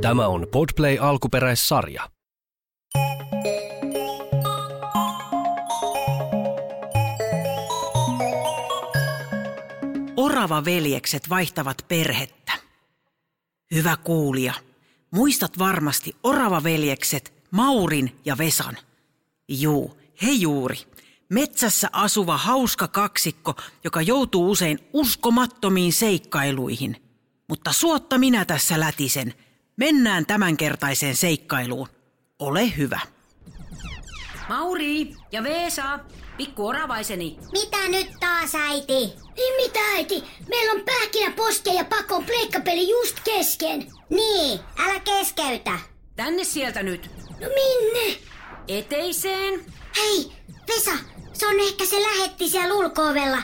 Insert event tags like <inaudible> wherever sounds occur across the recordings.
Tämä on Podplay alkuperäissarja. Orava veljekset vaihtavat perhettä. Hyvä kuulija, muistat varmasti orava veljekset Maurin ja Vesan. Juu, he juuri. Metsässä asuva hauska kaksikko, joka joutuu usein uskomattomiin seikkailuihin. Mutta suotta minä tässä lätisen. Mennään tämänkertaiseen seikkailuun. Ole hyvä. Mauri ja Veesa, pikku oravaiseni. Mitä nyt taas, äiti? Ei mitä äiti, meillä on pähkinä poske ja pakon pleikkapeli just kesken. Niin, älä keskeytä. Tänne sieltä nyt. No minne? Eteiseen. Hei, Vesa, se on ehkä se lähetti siellä ulkoovella.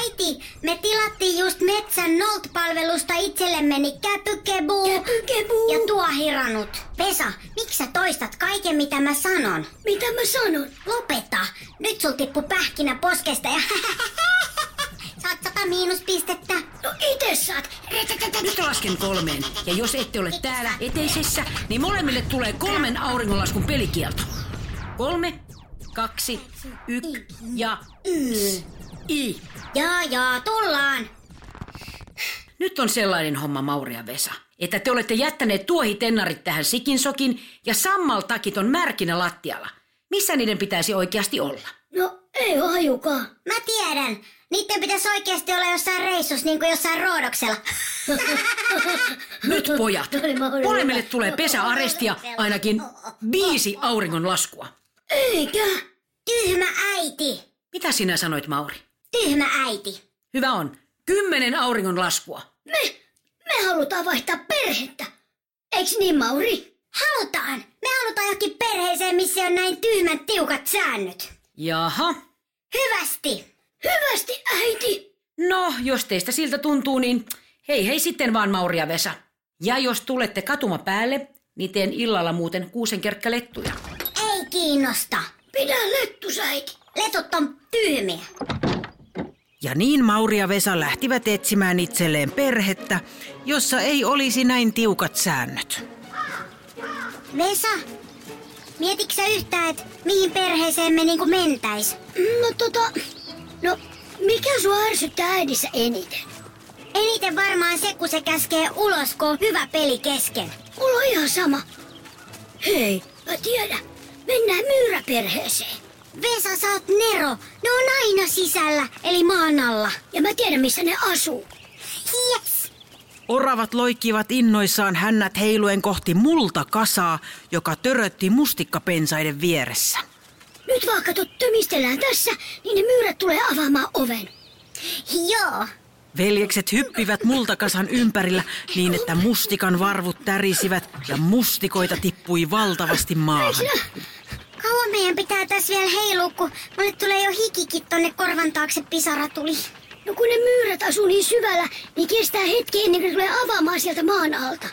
Äiti, me tilattiin just metsän Nolt-palvelusta itsellemme niin käpykebuu Käpykebuu. ja tuohiranut. Vesa, miksi sä toistat kaiken mitä mä sanon? Mitä mä sanon? Lopeta! Nyt sul tippu pähkinä poskesta ja <laughs> saat sata miinuspistettä. No ite saat. Nyt lasken kolmeen. Ja jos ette ole täällä eteisessä, niin molemmille tulee kolmen auringonlaskun pelikielto. Kolme, kaksi, yksi ja yksi. I. Joo joo, Mm. tullaan. Nyt on sellainen homma, Mauri ja Vesa, että te olette jättäneet tuohitennarit tähän sikinsokin ja sammaltakit on märkinä lattialla. Missä niiden pitäisi oikeasti olla? No ei hajukaan. Mä tiedän. Niiden pitäisi oikeasti olla jossain reissussa, niin kuin jossain roodoksella. Nyt <laughs> pojat, Oli Mauri molemmille hyvä. tulee pesäarestia ainakin viisi auringonlaskua. Eikä. Tyhmä äiti. Mitä sinä sanoit, Mauri? Tyhmä äiti. Hyvä on. Kymmenen auringonlaskua. Me, me halutaan vaihtaa perhettä. Eiks niin Mauri? Halutaan. Me halutaan johonkin perheeseen, missä on näin tyhmän tiukat säännöt. Jaha. Hyvästi. Hyvästi äiti. No, jos teistä siltä tuntuu, niin hei hei sitten vaan Mauri ja Vesa. Ja jos tulette katuma päälle, niin teen illalla muuten kuusenkerkkälettuja. Ei kiinnosta. Pidä lettus äiti. Letut on tyhmiä. Ja niin Mauri ja Vesa lähtivät etsimään itselleen perhettä, jossa ei olisi näin tiukat säännöt. Vesa, mietitkö sä yhtään, että mihin perheeseen me niinku mentäis? No tota, no mikä sua ärsyttää äidissä eniten? Eniten varmaan se, kun se käskee ulos, kun on hyvä peli kesken. Mulla on ihan sama. Hei, mä tiedän. Mennään myyräperheeseen. Vesa, sä oot Nero. Ne on aina sisällä, eli maan alla. Ja mä tiedän, missä ne asuu. Yes. Oravat loikkivat innoissaan hännät heiluen kohti multakasaa, joka törötti mustikkapensaiden vieressä. Nyt vaan kato, tömistellään tässä, niin ne myyrät tulee avaamaan oven. Joo. Veljekset hyppivät multakasan ympärillä niin, että mustikan varvut tärisivät ja mustikoita tippui valtavasti maahan. Kauan meidän pitää tässä vielä heilua, kun mulle tulee jo hikikin tonne korvan taakse pisara tuli. No kun ne myyrät asuu niin syvällä, niin kestää hetki ennen kuin ne tulee avaamaan sieltä maan alta.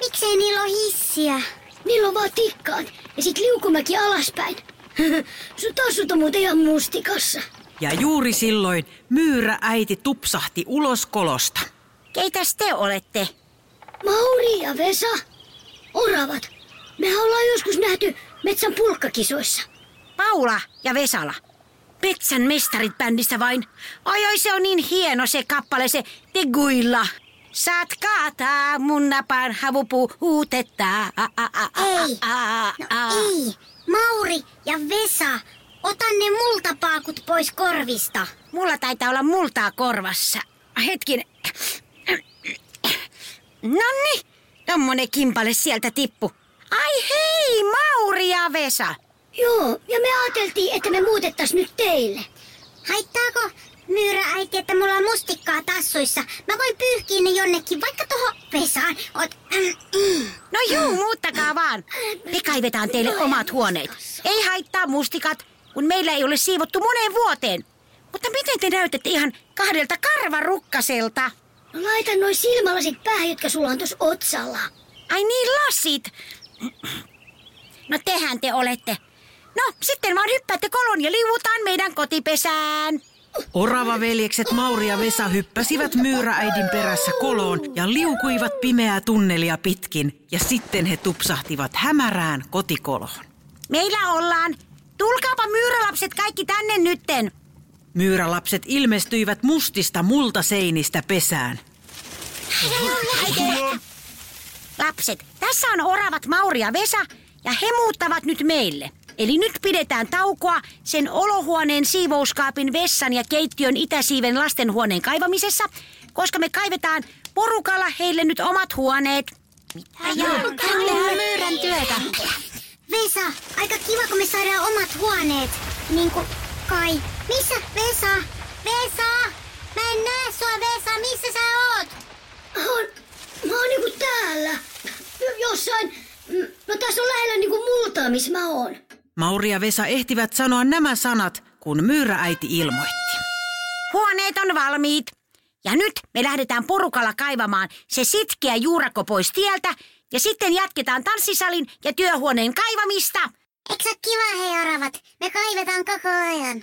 Miksei niillä ole hissiä? Niillä on vaan tikkaat ja sit liukumäki alaspäin. <laughs> Sun tassut on muuten ihan mustikassa. Ja juuri silloin myyrä äiti tupsahti ulos kolosta. Keitäs te olette? Mauri ja Vesa, oravat. Me ollaan joskus nähty metsän pulkkakisoissa. Paula ja Vesala. Petsän mestarit bändistä vain. Oi oi se on niin hieno se kappale se Teguilla. Saat kaataa mun napaan havupuu huutetta. Ei. No Ah. ei. Mauri ja Vesa, ota ne multapaakut pois korvista. Mulla taitaa olla multaa korvassa. Hetkin. Nonni, tommonen kimpale sieltä tippu. Ai hei, Mauri ja Vesa. Joo, ja me ajateltiin, että me muutettais nyt teille. Haittaako myyrä äiti, että mulla on mustikkaa tassuissa? Mä voin pyyhkiä ne jonnekin, vaikka tohon pesaan. Oot, mm, mm. No juu, muuttakaa vaan. Me kaivetaan teille omat huoneet. Ei haittaa mustikat, kun meillä ei ole siivottu moneen vuoteen. Mutta miten te näytätte ihan kahdelta karvarukkaselta? No laita noin silmälasit päähän, jotka sulla on tuossa otsalla. Ai niin, lasit. No tehän te olette. No, sitten vaan hyppäätte kolon ja liuutaan meidän kotipesään. Oravaveljekset Mauri ja Vesa hyppäsivät myyrääidin perässä koloon ja liukuivat pimeää tunnelia pitkin ja sitten he tupsahtivat hämärään kotikoloon. Meillä ollaan. Tulkaapa myyrälapset kaikki tänne nytten. Myyrälapset ilmestyivät mustista multaseinistä pesään. Lapset, tässä on oravat Mauri ja Vesa ja he muuttavat nyt meille. Eli nyt pidetään taukoa sen olohuoneen siivouskaapin vessan ja keittiön itäsiiven lastenhuoneen kaivamisessa, koska me kaivetaan porukalla heille nyt omat huoneet. Tämä myyrän työtä. Vesa, aika kiva, kun me saadaan omat huoneet. Niin kuin kai. Missä Vesa? Vesa! Mä en näe sua, Vesa. Missä sä oot? Mä oon, mä oon niinku täällä. Jo- Jossain. Mm, No tässä on lähellä niinku multaa, missä mä oon. Mauri ja Vesa ehtivät sanoa nämä sanat, kun myyrääiti ilmoitti. Huoneet on valmiit. Ja nyt me lähdetään porukalla kaivamaan se sitkeä juurakko pois tieltä ja sitten jatketaan tanssisalin ja työhuoneen kaivamista. Eikö se oo kiva, hei oravat? Me kaivetaan koko ajan.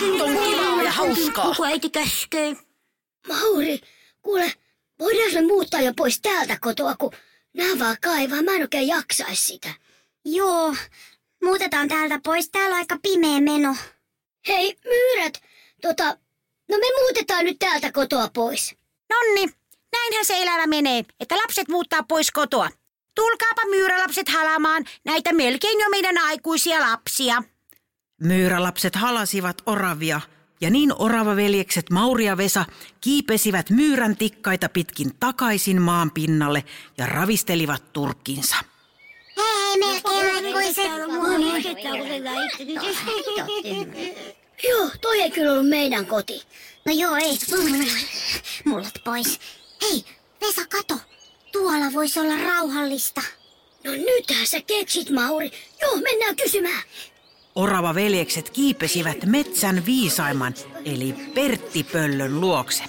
Kivaa ja hauskaa. äiti käskee? Mauri, kuule, voidaanko me muuttaa jo pois täältä kotoa, kun nää vaan kaivaa. Mä en oikein jaksais sitä. Joo, muutetaan täältä pois. Täällä on aika pimeä meno. Hei, myyrät, tota, no me muutetaan nyt täältä kotoa pois. Nonni, näinhän se elämä menee, että lapset muuttaa pois kotoa. Tulkaapa myyrälapset halamaan näitä melkein jo meidän aikuisia lapsia. Myyrälapset halasivat oravia, ja niin oravaveljekset Mauri ja Vesa kiipesivät myyrän tikkaita pitkin takaisin maan pinnalle ja ravistelivat turkkinsa. Hei, hei, melkein aikuiset. Joo, toi ei kyllä ollut meidän koti. No joo, ei. Mullat pois. Hei, Vesa, kato. Tuolla voisi olla rauhallista. No nythän sä keksit, Mauri. Joo, mennään kysymään. Oravaveljekset kiipesivät metsän viisaimman, eli Pertti-pöllön luokse.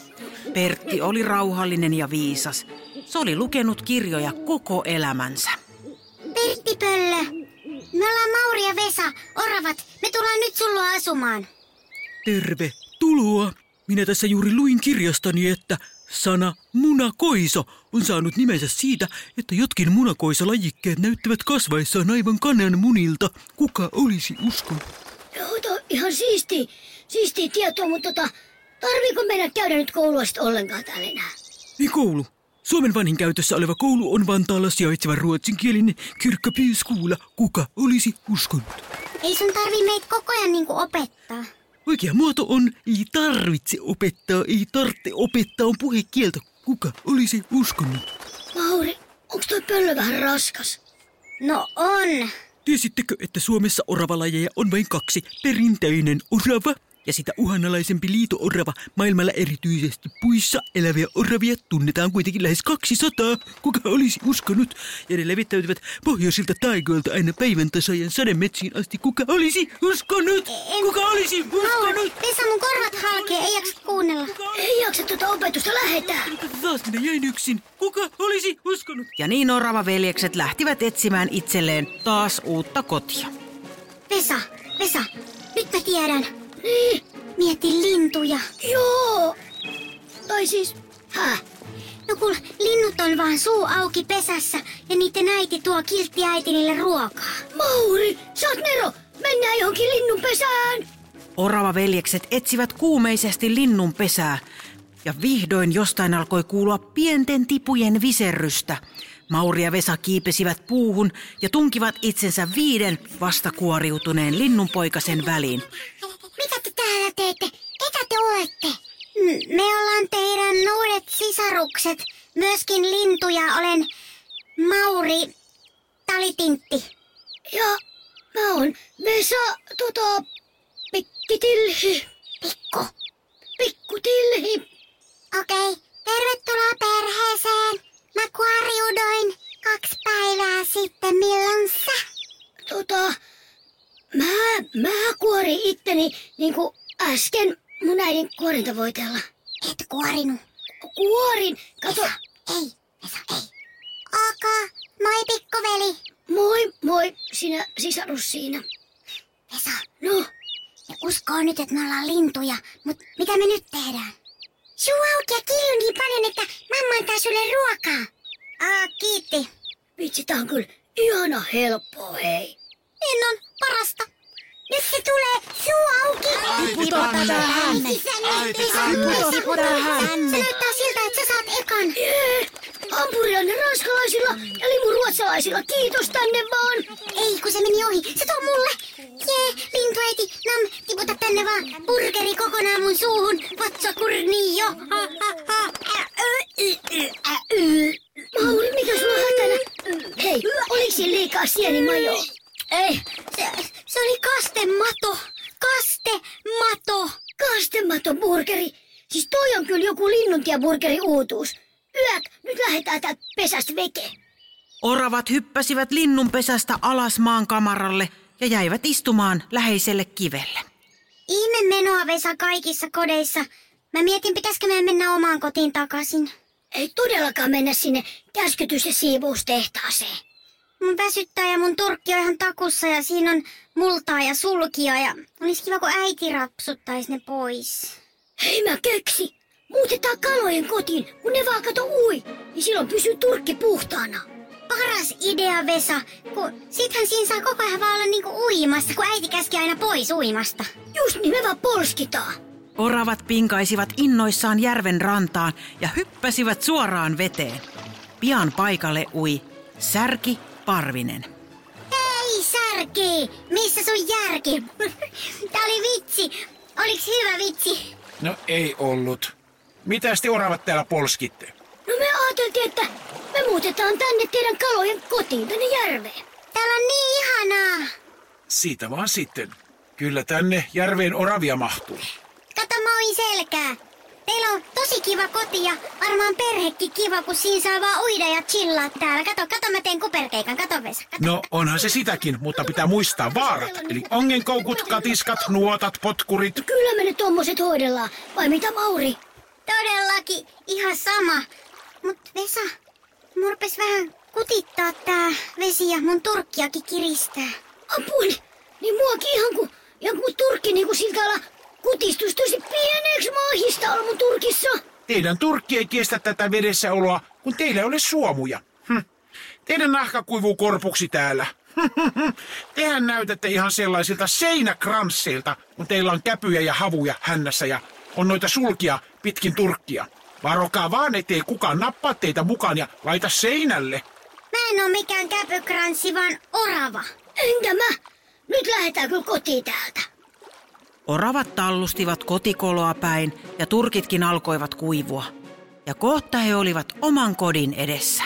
Pertti oli rauhallinen ja viisas. Se oli lukenut kirjoja koko elämänsä. Pirttipöllö. Me ollaan Mauri ja Vesa, oravat. Me tullaan nyt sun luo asumaan. Terve, tuloa. Minä tässä juuri luin kirjastani, että sana munakoiso on saanut nimensä siitä, että jotkin munakoisolajikkeet näyttävät kasvaessaan aivan kanan munilta. Kuka olisi uskonut? Joo, toi on ihan siisti, siistiä tietoa, mutta tota, tarviiko meidän käydä nyt koulua sit ollenkaan täällä enää? Ei koulu. Suomen vanhin käytössä oleva koulu on Vantaalla sijaitseva ruotsinkielinen Kyrkkä Pyyskuula. Kuka olisi uskonut? Ei sun tarvi meitä koko ajan niinku opettaa. Oikea muoto on ei tarvitse opettaa, ei tarvitse opettaa on puhekieltä. Kuka olisi uskonut? Mauri, onks toi pöllö vähän raskas? No on. Tiesittekö, että Suomessa oravalajeja on vain kaksi? Perinteinen orava ja sitä uhanalaisempi liito-orava. Maailmalla erityisesti puissa eläviä oravia tunnetaan kuitenkin lähes 200, kuka olisi uskonut. Ja ne levittäytyvät pohjoisilta taigoilta aina päivän tasajan sademetsiin asti. Kuka olisi uskonut? Kuka olisi Mauri, uskonut? Vesa, mun korvat halkee. Ei jaksa kuunnella. Ei jaksa tota opetusta lähettää. Taas minä jäin yksin. Kuka olisi uskonut? Ja niin oravaveljekset lähtivät etsimään itselleen taas uutta kotia. Vesa, Vesa, nyt mä tiedän. Niin. Mieti lintuja. Joo. Tai siis, häh? No kun linnut on vaan suu auki pesässä ja niiden äiti tuo kiltti äiti niille ruokaa. Mauri, sä oot Nero! Mennään johonkin linnunpesään! Oravaveljekset etsivät kuumeisesti linnun pesää, ja vihdoin jostain alkoi kuulua pienten tipujen viserrystä. Mauri ja Vesa kiipesivät puuhun ja tunkivat itsensä viiden vastakuoriutuneen linnunpoikasen väliin. Mitä te täällä teette? Ketä te olette? Niin. Me ollaan teidän uudet sisarukset. Myöskin lintuja olen Mauri Talitintti. Ja mä oon Vesa, tota, pikkitilhi. Pikku. Pikkutilhi. Okei, tervetuloa perheeseen. Mä kuoriudoin kaksi päivää sitten. Milloin sä? Tota, mä, mä kuorin itteni niinku äsken mun äidin kuorintavoiteella. Et kuorinut. Kuorin, kato, Ei, Vesa, ei. Ok, moi pikkuveli. moi moi, sinä sisarus siinä. Vesa, No, me uskoo nyt, että me ollaan lintuja, mutta mitä me nyt tehdään? Suu auki ja kilju niin paljon, että mamma antaa sulle ruokaa. Ah, Aa, kiitti. Vitsi, tää on kyllä ihana helppoa, hei. Niin on parasta. Nyt se tulee suu auki. Tiputa tänne. Ei sisään, nyt ei saa Tiputa tiputa tänne. Se näyttää siltä, että sä saat ekan. Jee! Hampurilainen ranskalaisilla ja limu ruotsalaisilla. Kiitos tänne vaan. Ei, kun se meni ohi. Se tuo mulle. Jee, lintuäiti, nam, tiputa tänne vaan. Burgeri kokonaan mun suuhun. Vatsa kurni jo. Ha, ha, ha. Ä, ö, y, y, ä, y. Mauri, mikä sulla on hätänä? Hei, oliks siinä liikaa sienimajoa? Ei, se, se oli kastemato. Kastemato. Kastematon burgeri. Siis toi on kyllä joku linnuntiaburgeri uutuus. Yök, nyt lähetään täältä pesästä veke. Oravat hyppäsivät linnunpesästä alas maan kamaralle ja jäivät istumaan läheiselle kivelle. Ihme menoa Vesa kaikissa kodeissa. Mä mietin, pitäisikö meidän mennä omaan kotiin takaisin. Ei todellakaan mennä sinne käskytys- ja siivoustehtaaseen. Mun väsyttää ja mun turkki on ihan takussa ja siinä on multaa ja sulkia ja olisi kiva, kun äiti rapsuttaisi ne pois. Hei mä keksi! Muutetaan kalojen kotiin, kun ne vaan kato ui, niin silloin pysyy turkki puhtaana. Paras idea, Vesa, kun sittenhän siinä saa koko ajan vaan olla niinku uimassa, kun äiti käski aina pois uimasta. Just niin me vaan polskitaan. Oravat pinkaisivat innoissaan järven rantaan ja hyppäsivät suoraan veteen. Pian paikalle ui Särki Parvinen. Hei, särki! Missä sun järki? Tää oli vitsi. Oliks hyvä vitsi? No ei ollut. Mitäs te oravat täällä polskitte? No me ajateltiin, että me muutetaan tänne teidän kalojen kotiin, tänne järveen. Täällä on niin ihanaa. Siitä vaan sitten. Kyllä tänne järveen oravia mahtuu. Kato moi selkää. Teillä on tosi kiva koti ja varmaan perhekin kiva, kun siinä saa vaan uida ja chillaa täällä. Kato, kato mä teen kuperkeikan. Kato Vesa. Kato. No onhan se sitäkin, mutta pitää muistaa vaarat. Eli ongenkoukut, katiskat, nuotat, potkurit. Kyllä me ne tommoset hoidellaan, vai mitä Mauri? Todellakin ihan sama. Mut Vesa, mun rupes vähän kutittaa tää vesi ja mun turkkiakin kiristää. Apuni, niin muakin ihan kuin joku turkki niin kuin siltä ala kutistus tosi pieneksi maahista olla mun turkissa. Teidän turkki ei kestä tätä vedessä oloa, kun teillä ei ole suomuja. Hm. Teidän nahka kuivuu korpuksi täällä. Hm. Tehän näytätte ihan sellaisilta seinäkransseilta, kun teillä on käpyjä ja havuja hännässä ja on noita sulkia pitkin turkkia. Varokaa vaan, ettei kukaan nappaa teitä mukaan ja laita seinälle. Mä en oo mikään käpykranssi, vaan orava. Enkä mä. Nyt lähetään kyllä kotiin täältä. Oravat tallustivat kotikoloa päin ja turkitkin alkoivat kuivua. Ja kohta he olivat oman kodin edessä.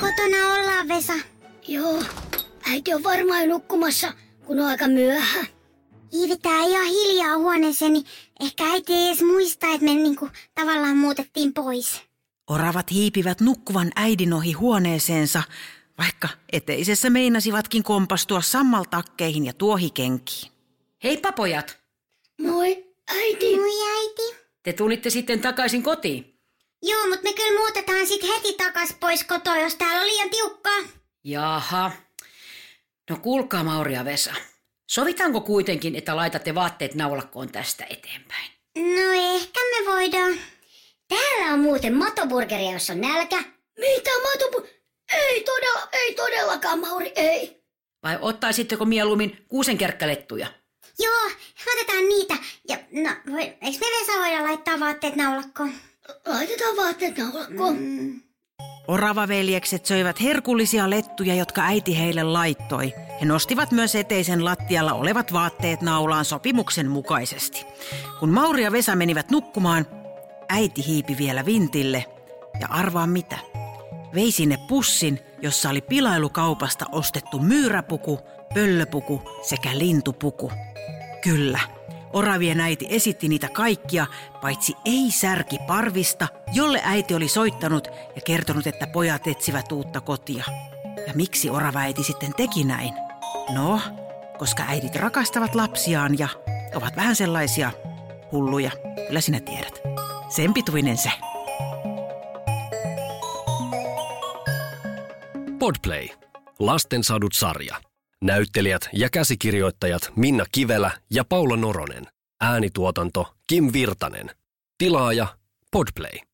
Kotona ollaan, Vesa. Joo, äiti on varmaan jo nukkumassa, kun on aika myöhä. Hiivitään ihan hiljaa huoneeseen, niin ehkä äiti ei edes muista, että me niinku tavallaan muutettiin pois. Oravat hiipivät nukkuvan äidin ohi huoneeseensa, vaikka eteisessä meinasivatkin kompastua sammaltakkeihin ja tuohikenkiin. Heippa pojat, Moi, äiti. Moi äiti. te tulitte sitten takaisin kotiin. Joo, mutta me kyllä muutetaan sit heti takas pois kotoa, jos täällä on liian tiukkaa. Jaha. No kuulkaa Mauri ja Vesa. Sovitaanko kuitenkin, että laitatte vaatteet naulakkoon tästä eteenpäin? No ehkä me voidaan. Täällä on muuten matoburgeria, jos on nälkä. Mitä matobu... Ei todella, ei todellakaan, Mauri, ei. Vai ottaisitteko mieluummin kuusenkerkkälettuja? Joo, otetaan niitä. Ja no, voi, eikö me Vesa voida laittaa vaatteet naulakkoon? Laitetaan vaatteet naulakkoon. Mm. Oravaveljekset söivät herkullisia lettuja, jotka äiti heille laittoi. He nostivat myös eteisen lattialla olevat vaatteet naulaan sopimuksen mukaisesti. Kun Mauri ja Vesa menivät nukkumaan, äiti hiipi vielä vintille. Ja arvaa mitä? Vei sinne pussin, jossa oli pilailukaupasta ostettu myyräpuku, pöllöpuku sekä lintupuku. Kyllä, oravien äiti esitti niitä kaikkia, paitsi ei särki parvista, jolle äiti oli soittanut ja kertonut, että pojat etsivät uutta kotia. Ja miksi orava äiti sitten teki näin? No, koska äidit rakastavat lapsiaan ja ovat vähän sellaisia hulluja. Kyllä sinä tiedät. Sen pituinen se. Podplay. Lasten sadut sarja. Näyttelijät ja käsikirjoittajat Minna Kivelä ja Paula Noronen. Äänituotanto Kim Virtanen. Tilaaja Podplay.